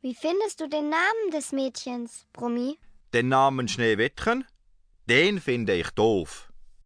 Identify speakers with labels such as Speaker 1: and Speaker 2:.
Speaker 1: Wie findest du den Namen des Mädchens, Brummi?
Speaker 2: Den Namen Schneewittchen, den finde ich doof.